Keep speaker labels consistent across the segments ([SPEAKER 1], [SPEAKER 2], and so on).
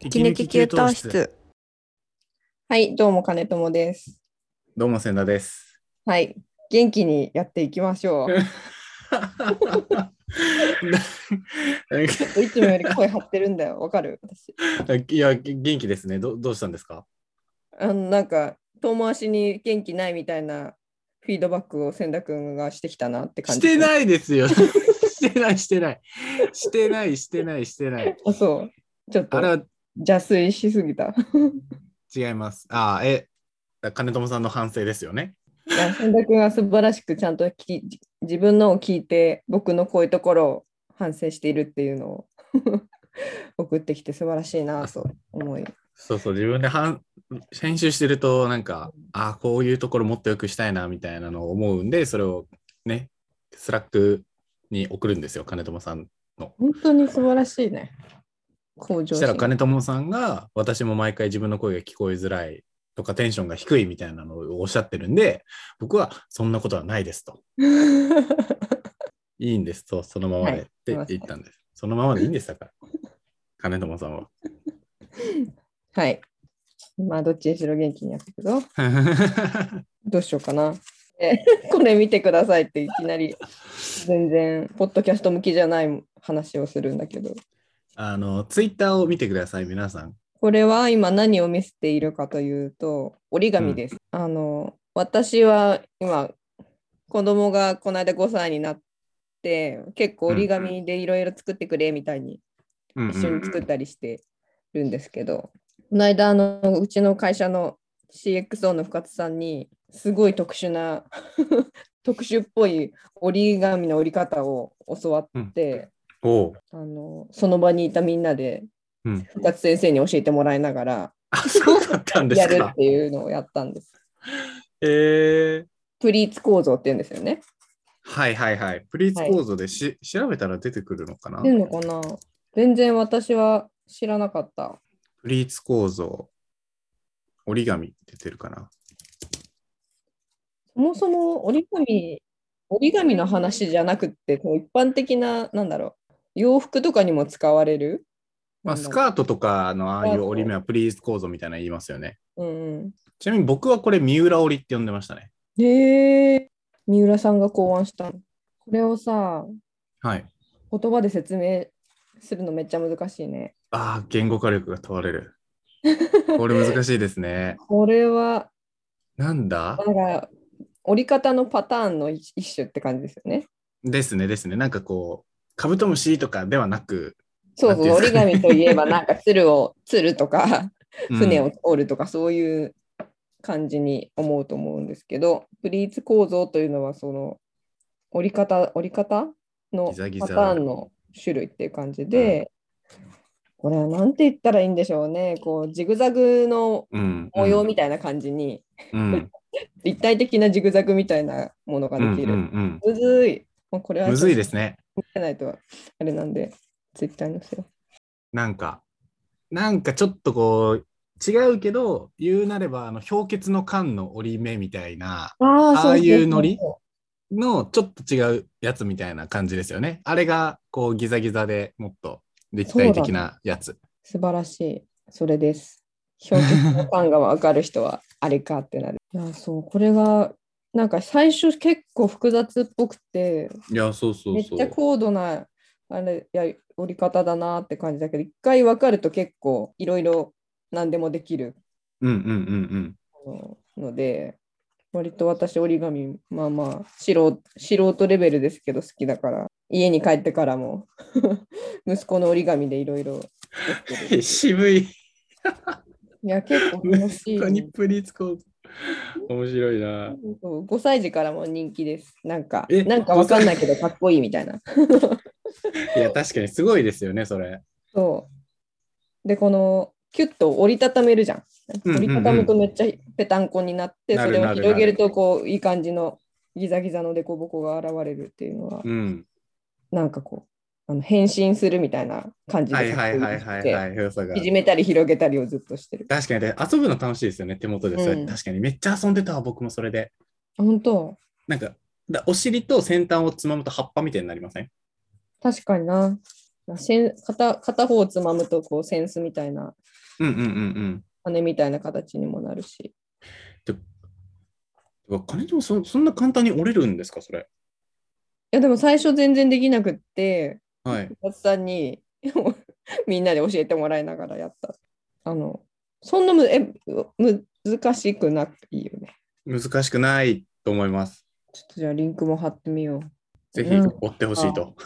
[SPEAKER 1] 息抜き給湯室。
[SPEAKER 2] はい、どうも金友です。
[SPEAKER 3] どうも千田です。
[SPEAKER 2] はい、元気にやっていきましょう。ちょっといつもより声張ってるんだよ、わかる私。
[SPEAKER 3] いや元気ですねど。どうしたんですか。
[SPEAKER 2] あのなんか遠回しに元気ないみたいなフィードバックを千田君がしてきたなって感
[SPEAKER 3] し
[SPEAKER 2] じ。
[SPEAKER 3] て
[SPEAKER 2] い。
[SPEAKER 3] ないですよ。 してないしてないしてないしてないしてない。
[SPEAKER 2] あ、そう。ちょっと
[SPEAKER 3] あれは
[SPEAKER 2] 邪推しすぎた。
[SPEAKER 3] 違います。ああえ金友さんの反省ですよね。
[SPEAKER 2] いや千田君は素晴らしくちゃんと聞き自分のを聞いて僕のこういうところを反省しているっていうのを 送ってきて素晴らしいなと思い
[SPEAKER 3] そうそう自分で反編集してるとなんかああこういうところもっと良くしたいなみたいなのを思うんでそれをねスラックに送るんですよ金友さん
[SPEAKER 2] 本当に素晴らしいね。向
[SPEAKER 3] そ
[SPEAKER 2] 上
[SPEAKER 3] したら
[SPEAKER 2] 心
[SPEAKER 3] 金友さんが私も毎回自分の声が聞こえづらいとかテンションが低いみたいなのをおっしゃってるんで僕はそんなことはないですといいんですとそのままでっ
[SPEAKER 2] は
[SPEAKER 3] て
[SPEAKER 2] い
[SPEAKER 3] 言ったんです、そのままでいいんですだから 金友さんは
[SPEAKER 2] はい。まあ、どっちにしろ元気にやっていくぞ。どうしようかな。え これ見てくださいっていきなり全然ポッドキャスト向きじゃない話をするんだけど
[SPEAKER 3] あのツイッターを見てください皆さん
[SPEAKER 2] これは今何を見せているかというと折り紙です、あの私は今子供がこの間5歳になって結構折り紙でいろいろ作ってくれみたいに
[SPEAKER 3] うんうん
[SPEAKER 2] 一緒に作ったりしてるんですけど、この間あのうちの会社の CXO の深津さんにすごい特殊な 特殊っぽい折り紙の折り方を教わって、
[SPEAKER 3] おう
[SPEAKER 2] あのその場にいたみんなで
[SPEAKER 3] うん
[SPEAKER 2] 深津先生に教えてもらいながら
[SPEAKER 3] あそうだったんで
[SPEAKER 2] や
[SPEAKER 3] す
[SPEAKER 2] る
[SPEAKER 3] か
[SPEAKER 2] っていうのをやったんです。
[SPEAKER 3] えー、
[SPEAKER 2] プリーツ構造って言うんですよね。
[SPEAKER 3] はいはいはいプリーツ構造でし、調べたら出てくるのかな
[SPEAKER 2] っていうのかな全然私は知らなかった。
[SPEAKER 3] プリーツ構造折り紙出てるかな
[SPEAKER 2] そもそも折り紙、折り紙の話じゃなくって、こう一般的な、なんだろう、洋服とかにも使われる。
[SPEAKER 3] まあ、
[SPEAKER 2] なん
[SPEAKER 3] ス
[SPEAKER 2] だろ
[SPEAKER 3] カートとかのああい
[SPEAKER 2] スカー
[SPEAKER 3] う
[SPEAKER 2] ト
[SPEAKER 3] 折り目はプリーズ構造みたいなの言いますよね。
[SPEAKER 2] ううん
[SPEAKER 3] ちなみに僕はこれ三浦織って呼んでましたね。
[SPEAKER 2] うん。へえ、三浦さんが考案したの。これをさ、
[SPEAKER 3] はい。
[SPEAKER 2] 言葉で説明するのめっちゃ難しいね。
[SPEAKER 3] ああ、言語化力が問われる。 これ難しいですね。
[SPEAKER 2] これは、
[SPEAKER 3] なんだ
[SPEAKER 2] なんか、折り方のパターンの一一種って感じですよね。
[SPEAKER 3] ですねですね。なんかこう、カブトムシとかではなく、
[SPEAKER 2] そうそう、
[SPEAKER 3] なん
[SPEAKER 2] 折
[SPEAKER 3] てい
[SPEAKER 2] り
[SPEAKER 3] うんですかね
[SPEAKER 2] 紙といえば、なんか、鶴を、鶴とか、
[SPEAKER 3] うん
[SPEAKER 2] 船を折るとかそういう感じに思うと思うんですけど、プリーツ構造というのはその折り方折り方の
[SPEAKER 3] ギザギザ
[SPEAKER 2] パターンの種類っていう感じで、これは何て言ったらいいんでしょうねこうジグザグの
[SPEAKER 3] うん、
[SPEAKER 2] 模様みたいな感じに、
[SPEAKER 3] うんうん
[SPEAKER 2] 立体的なジグザグみたいなものが
[SPEAKER 3] うんう
[SPEAKER 2] で
[SPEAKER 3] ん
[SPEAKER 2] き
[SPEAKER 3] う
[SPEAKER 2] る。
[SPEAKER 3] ん
[SPEAKER 2] むずい。もうこれは
[SPEAKER 3] むずいですね。
[SPEAKER 2] 見てないとあれなんで、ツイッターに載せよ
[SPEAKER 3] なんか、なんかちょっとこう、違うけど、言うなれば、あの、氷結の缶の折り目みたいな、
[SPEAKER 2] う。あ
[SPEAKER 3] ああいうノリのちょっと違うやつみたいな感じですよね。あれがこうギザギザでもっと立体的なやつ。
[SPEAKER 2] 素晴らしい。それです。表現の感が分かる人はあれかってなる。 いや、そう、これが、なんか最初結構複雑っぽくて、
[SPEAKER 3] いや、そうそ
[SPEAKER 2] めっちゃ高度な、あれ、やり、折り方だなって感じだけど、一回分かると結構いろいろ何でもできる
[SPEAKER 3] うんうんうん
[SPEAKER 2] あのので、割と私折り紙、まあまあ素人、素人レベルですけど好きだから、家に帰ってからも 息子の折り紙でいろいろ作ってる。
[SPEAKER 3] うん。渋い。
[SPEAKER 2] いや、結構楽しい、
[SPEAKER 3] プリーツコー面白いな。
[SPEAKER 2] そう5歳児からも人気です。なんか、
[SPEAKER 3] え
[SPEAKER 2] なんかわかんないけど、かっこいいみたいな。
[SPEAKER 3] いや、確かにすごいですよね、それ。
[SPEAKER 2] そう。で、この、キュッと折りたためるじゃ
[SPEAKER 3] うんうんう
[SPEAKER 2] ん。
[SPEAKER 3] ん
[SPEAKER 2] 折りたたむとめっちゃぺたんこになって、
[SPEAKER 3] な
[SPEAKER 2] そ
[SPEAKER 3] る
[SPEAKER 2] れを
[SPEAKER 3] なる
[SPEAKER 2] 広げると、こう、いい感じのギザギザの凸凹が現れるっていうのは、
[SPEAKER 3] うん。
[SPEAKER 2] なんかこう、あの変身するみたいな感じ
[SPEAKER 3] は
[SPEAKER 2] で
[SPEAKER 3] い
[SPEAKER 2] か
[SPEAKER 3] は
[SPEAKER 2] っこ
[SPEAKER 3] い
[SPEAKER 2] いい
[SPEAKER 3] はい
[SPEAKER 2] らし
[SPEAKER 3] は
[SPEAKER 2] く
[SPEAKER 3] いはい。
[SPEAKER 2] て、
[SPEAKER 3] 広さが。
[SPEAKER 2] 縮めたり広げたりをずっとしてる。
[SPEAKER 3] 確かに、で遊ぶの楽しいですよね、手元でそれ。
[SPEAKER 2] うん
[SPEAKER 3] 確かに、めっちゃ遊んでたわ、僕もそれで。
[SPEAKER 2] 本当
[SPEAKER 3] なんか、だお尻と先端をつまむと葉っぱみたいになりません
[SPEAKER 2] 確かにな。セン片片方をつまむとこうセンスみたいな
[SPEAKER 3] うんうんうんうん。
[SPEAKER 2] 羽みたいな形にもなるし
[SPEAKER 3] うわ金でもそそんな簡単に折れるんですか、それ。
[SPEAKER 2] いやでも最初全然できなくって
[SPEAKER 3] はい。
[SPEAKER 2] おさんに でもみんなで教えてもらいながらやったあのそんなむえむ難しくないよね
[SPEAKER 3] 難しくないと思います。
[SPEAKER 2] ちょっとじゃあリンクも貼ってみよう
[SPEAKER 3] ぜひ
[SPEAKER 2] うん
[SPEAKER 3] 追ってほしいと。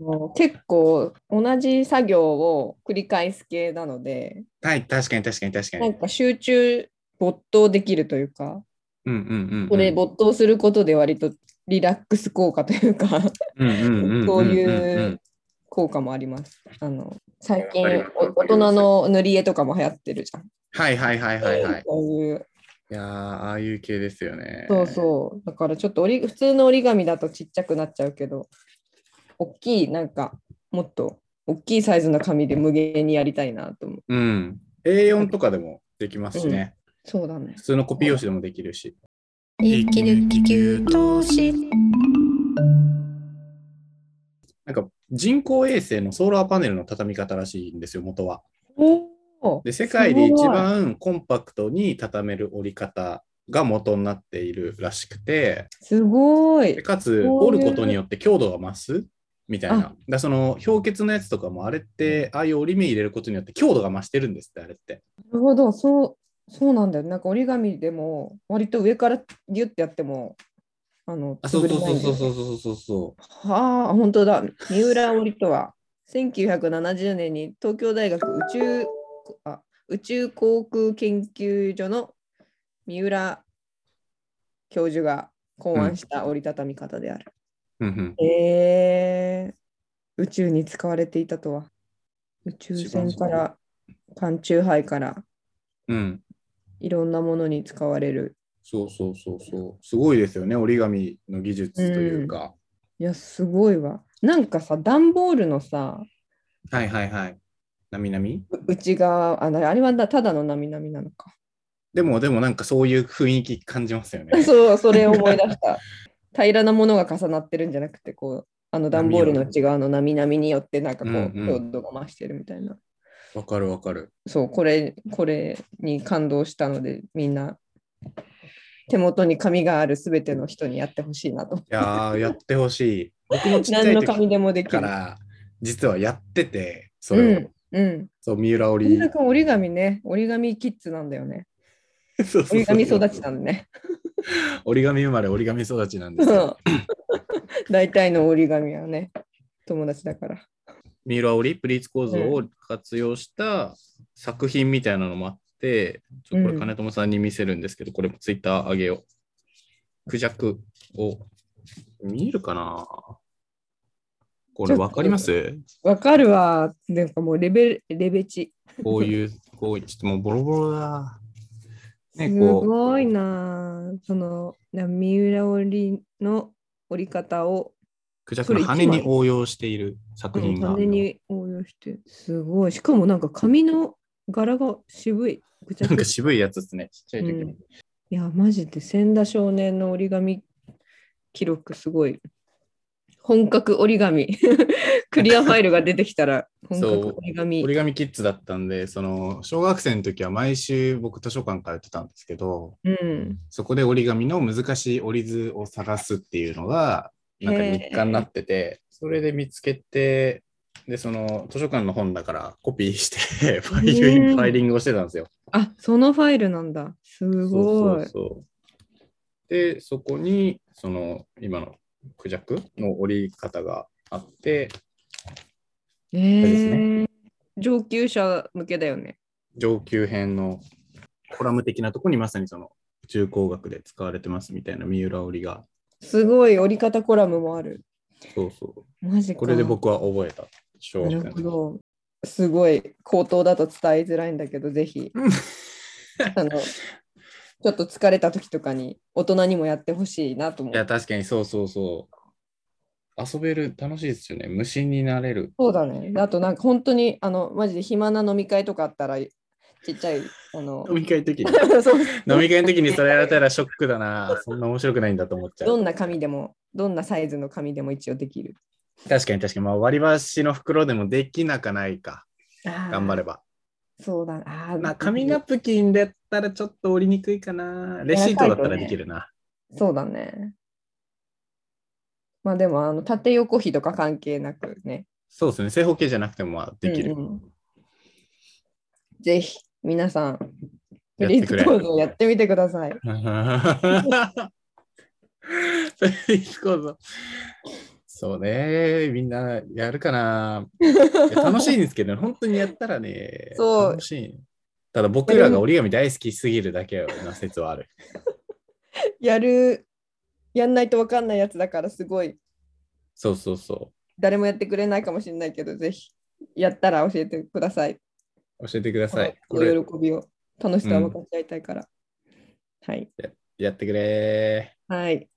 [SPEAKER 2] もう結構同じ作業を繰り返す系なので
[SPEAKER 3] はい、確かに確かに確か
[SPEAKER 2] な
[SPEAKER 3] に
[SPEAKER 2] ん。か集中没頭できるというか
[SPEAKER 3] うんうんうんうん。
[SPEAKER 2] これ没頭することで割とリラックス効果というか
[SPEAKER 3] うんうんうんんんん
[SPEAKER 2] そういう。効果もあります。あの最近
[SPEAKER 3] わかります
[SPEAKER 2] お大人の塗り絵とかも流行ってるじゃん。
[SPEAKER 3] はいはいはいはいはい。
[SPEAKER 2] そういう
[SPEAKER 3] いやーああいう系ですよね。
[SPEAKER 2] そうそう。だからちょっと折り普通の折り紙だとちっちゃくなっちゃうけど、大きいなんかもっと大きいサイズの紙で無限にやりたいなと思う。
[SPEAKER 3] う。うん。A4 とかでもできますしね。
[SPEAKER 2] そうだね
[SPEAKER 3] 普。通のコピー用紙でもできるし。
[SPEAKER 1] 息抜き給湯室
[SPEAKER 3] なんか人工衛星のソーラーパネルの畳み方らしいんですよ、元は。
[SPEAKER 2] おお。
[SPEAKER 3] で、世界で一番コンパクトに畳める折り方が元になっているらしくて、
[SPEAKER 2] すご
[SPEAKER 3] で
[SPEAKER 2] い。
[SPEAKER 3] かつ
[SPEAKER 2] こういう
[SPEAKER 3] 折ることによって強度が増すみたいな。
[SPEAKER 2] あ
[SPEAKER 3] だからその氷結のやつとかもあれって、ああいう折り目入れることによって強度が増してるんですって、あれって。
[SPEAKER 2] なるほど。そうそうなんだよ。なんか折り紙でも割と上からギュッてやってもあの
[SPEAKER 3] あ、そうそうそうそう
[SPEAKER 2] う。
[SPEAKER 3] そうそうそう。
[SPEAKER 2] はあ、本当だ。三浦織とは、1970年に東京大学宇宙あ宇宙航空研究所の三浦教授が考案した折りたたみ方である。
[SPEAKER 3] うんうん
[SPEAKER 2] えー宇宙に使われていたとは。宇宙船か
[SPEAKER 3] 一番
[SPEAKER 2] ら、缶中杯から、
[SPEAKER 3] うん。
[SPEAKER 2] いろんなものに使われる。
[SPEAKER 3] そうそうそうそう。すごいですよね、折り紙の技術というか。
[SPEAKER 2] いや、すごいわ。なんかさ、段ボールのさ、
[SPEAKER 3] はいはいはい。なみなみ
[SPEAKER 2] う内側、あなあれはだただのなみなみなのか。
[SPEAKER 3] でもでもなんかそういう雰囲気感じますよね。
[SPEAKER 2] そう、それを思い出した。 平らなものが重なってるんじゃなくて、こう、あの段ボールの内側の波々によって、なんかこ
[SPEAKER 3] うん
[SPEAKER 2] う、
[SPEAKER 3] うん
[SPEAKER 2] 強度が増してるみたいな。
[SPEAKER 3] わかるわかる。
[SPEAKER 2] そう、これ、これに感動したので、みんな、手元に紙があるすべての人にやってほしいなと。
[SPEAKER 3] い やー、やってほしい。僕もちっちゃ
[SPEAKER 2] 何
[SPEAKER 3] い
[SPEAKER 2] の
[SPEAKER 3] 時
[SPEAKER 2] 紙でもでき
[SPEAKER 3] か
[SPEAKER 2] る。
[SPEAKER 3] ら、実はやってて、それを、
[SPEAKER 2] んうん。
[SPEAKER 3] そう、三浦
[SPEAKER 2] み
[SPEAKER 3] 織
[SPEAKER 2] んな。君折り紙ね、折り紙キッズなんだよね。
[SPEAKER 3] そうそうそう
[SPEAKER 2] 折り紙育ちなんだね。
[SPEAKER 3] 折り紙生まれ、折り紙育ちなんですよ。
[SPEAKER 2] そう大体の折り紙はね、友達だから。
[SPEAKER 3] 三浦織、プリーツ構造を活用した作品みたいなのもあって、ちょっとこ
[SPEAKER 2] う
[SPEAKER 3] れ
[SPEAKER 2] ん
[SPEAKER 3] 金友さんに見せるんですけど、これもツイッター上げよう。クジャクを見えるかなこれわかります
[SPEAKER 2] わかるわ。なんかもうレベル、レベチ。
[SPEAKER 3] こういう、こういう、ちょっともうボロボロだ。ね、
[SPEAKER 2] す
[SPEAKER 3] こ
[SPEAKER 2] ごいなあそのな三浦織の織り方を、
[SPEAKER 3] う、クジャクの羽に応用している作
[SPEAKER 2] うん、
[SPEAKER 3] 品が。
[SPEAKER 2] 羽に応用してすごいしかもなんか髪の柄が渋いぐちゃ
[SPEAKER 3] なん
[SPEAKER 2] ぐ
[SPEAKER 3] か
[SPEAKER 2] ち
[SPEAKER 3] 渋いやつですね。ちっちゃ
[SPEAKER 2] ゃ、
[SPEAKER 3] いう時
[SPEAKER 2] ん
[SPEAKER 3] に
[SPEAKER 2] い。やマジで千田少年の折り紙記録すごい本格折 り紙クリアファイルが出てきたら本格折り紙
[SPEAKER 3] 折り紙キッズだったんで、その小学生の時は毎週僕図書館通ってたんですけど、
[SPEAKER 2] うん
[SPEAKER 3] そこで折り紙の難しい折り図を探すっていうのが、なんか日課になってて、それで見つけて、で、その図書館の本だからコピーして、ファイリング、
[SPEAKER 2] うん
[SPEAKER 3] ファイリングをしてたんですよ。
[SPEAKER 2] あそのファイルなんだすごい
[SPEAKER 3] そうそうそうで、そこに、その今のクジャクの折り方があって、
[SPEAKER 2] え
[SPEAKER 3] です
[SPEAKER 2] ー上級者向けだよね
[SPEAKER 3] 上級編のコラム的なとこにまさにその宇宙工学で使われてますみたいな三浦織が。
[SPEAKER 2] すごい折り方コラムもある。
[SPEAKER 3] そうそ
[SPEAKER 2] マジ
[SPEAKER 3] う。
[SPEAKER 2] か。
[SPEAKER 3] これで僕は覚えた。小
[SPEAKER 2] な
[SPEAKER 3] 学
[SPEAKER 2] る
[SPEAKER 3] 生の
[SPEAKER 2] ほ
[SPEAKER 3] 時
[SPEAKER 2] ど。すごい口頭だと伝えづらいんだけど、ぜ ひ。あのちょっと疲れた時とかに大人にもやってほしいなと思
[SPEAKER 3] いや、
[SPEAKER 2] う。
[SPEAKER 3] 確かにそうそうそう。遊べる、楽しいですよね。無心になれる。
[SPEAKER 2] そうだね。あとなんか本当にあのマジで暇な飲み会とかあったらちっちゃいあの
[SPEAKER 3] 飲み会の時に。
[SPEAKER 2] そう
[SPEAKER 3] 飲み会の時にそれやられたらショックだな。そんな面白くないんだと思っちゃ
[SPEAKER 2] ど
[SPEAKER 3] う。
[SPEAKER 2] んな紙でもどんなサイズの紙でも一応できる。
[SPEAKER 3] 確かに確かに、まあ、割り箸の袋でもできなかないか、頑
[SPEAKER 2] 頑
[SPEAKER 3] 張れ。ば。
[SPEAKER 2] そうだな。あー
[SPEAKER 3] まあ、紙ナプキンだったらちょっと折りにくいかな。レシートだったらできるな。
[SPEAKER 2] そうだね。まあでも、あの縦横比とか関係なくね、
[SPEAKER 3] そうですね。正方形じゃなくてもまあできる。
[SPEAKER 2] うんうんぜひ皆さん、
[SPEAKER 3] や
[SPEAKER 2] フ
[SPEAKER 3] って
[SPEAKER 2] リ
[SPEAKER 3] くれ
[SPEAKER 2] ーズ構造やってみてください。
[SPEAKER 3] フェリスコード そうね、みんなやるかな。いや楽しいんですけど、本当にやったらね、
[SPEAKER 2] そう
[SPEAKER 3] 楽しい。ただ僕らが折り紙大好きすぎるだけの説はある。
[SPEAKER 2] やる、やんないと分かんないやつだから、すごい、
[SPEAKER 3] そうそうそ
[SPEAKER 2] 誰もやってくれないかもしれないけど、ぜひ、やったら教えてください。
[SPEAKER 3] う。教えてくだ さい。
[SPEAKER 2] お
[SPEAKER 3] これ
[SPEAKER 2] 喜びを、楽しさを分かち合いたいから。はい。
[SPEAKER 3] やってくれ
[SPEAKER 2] はい。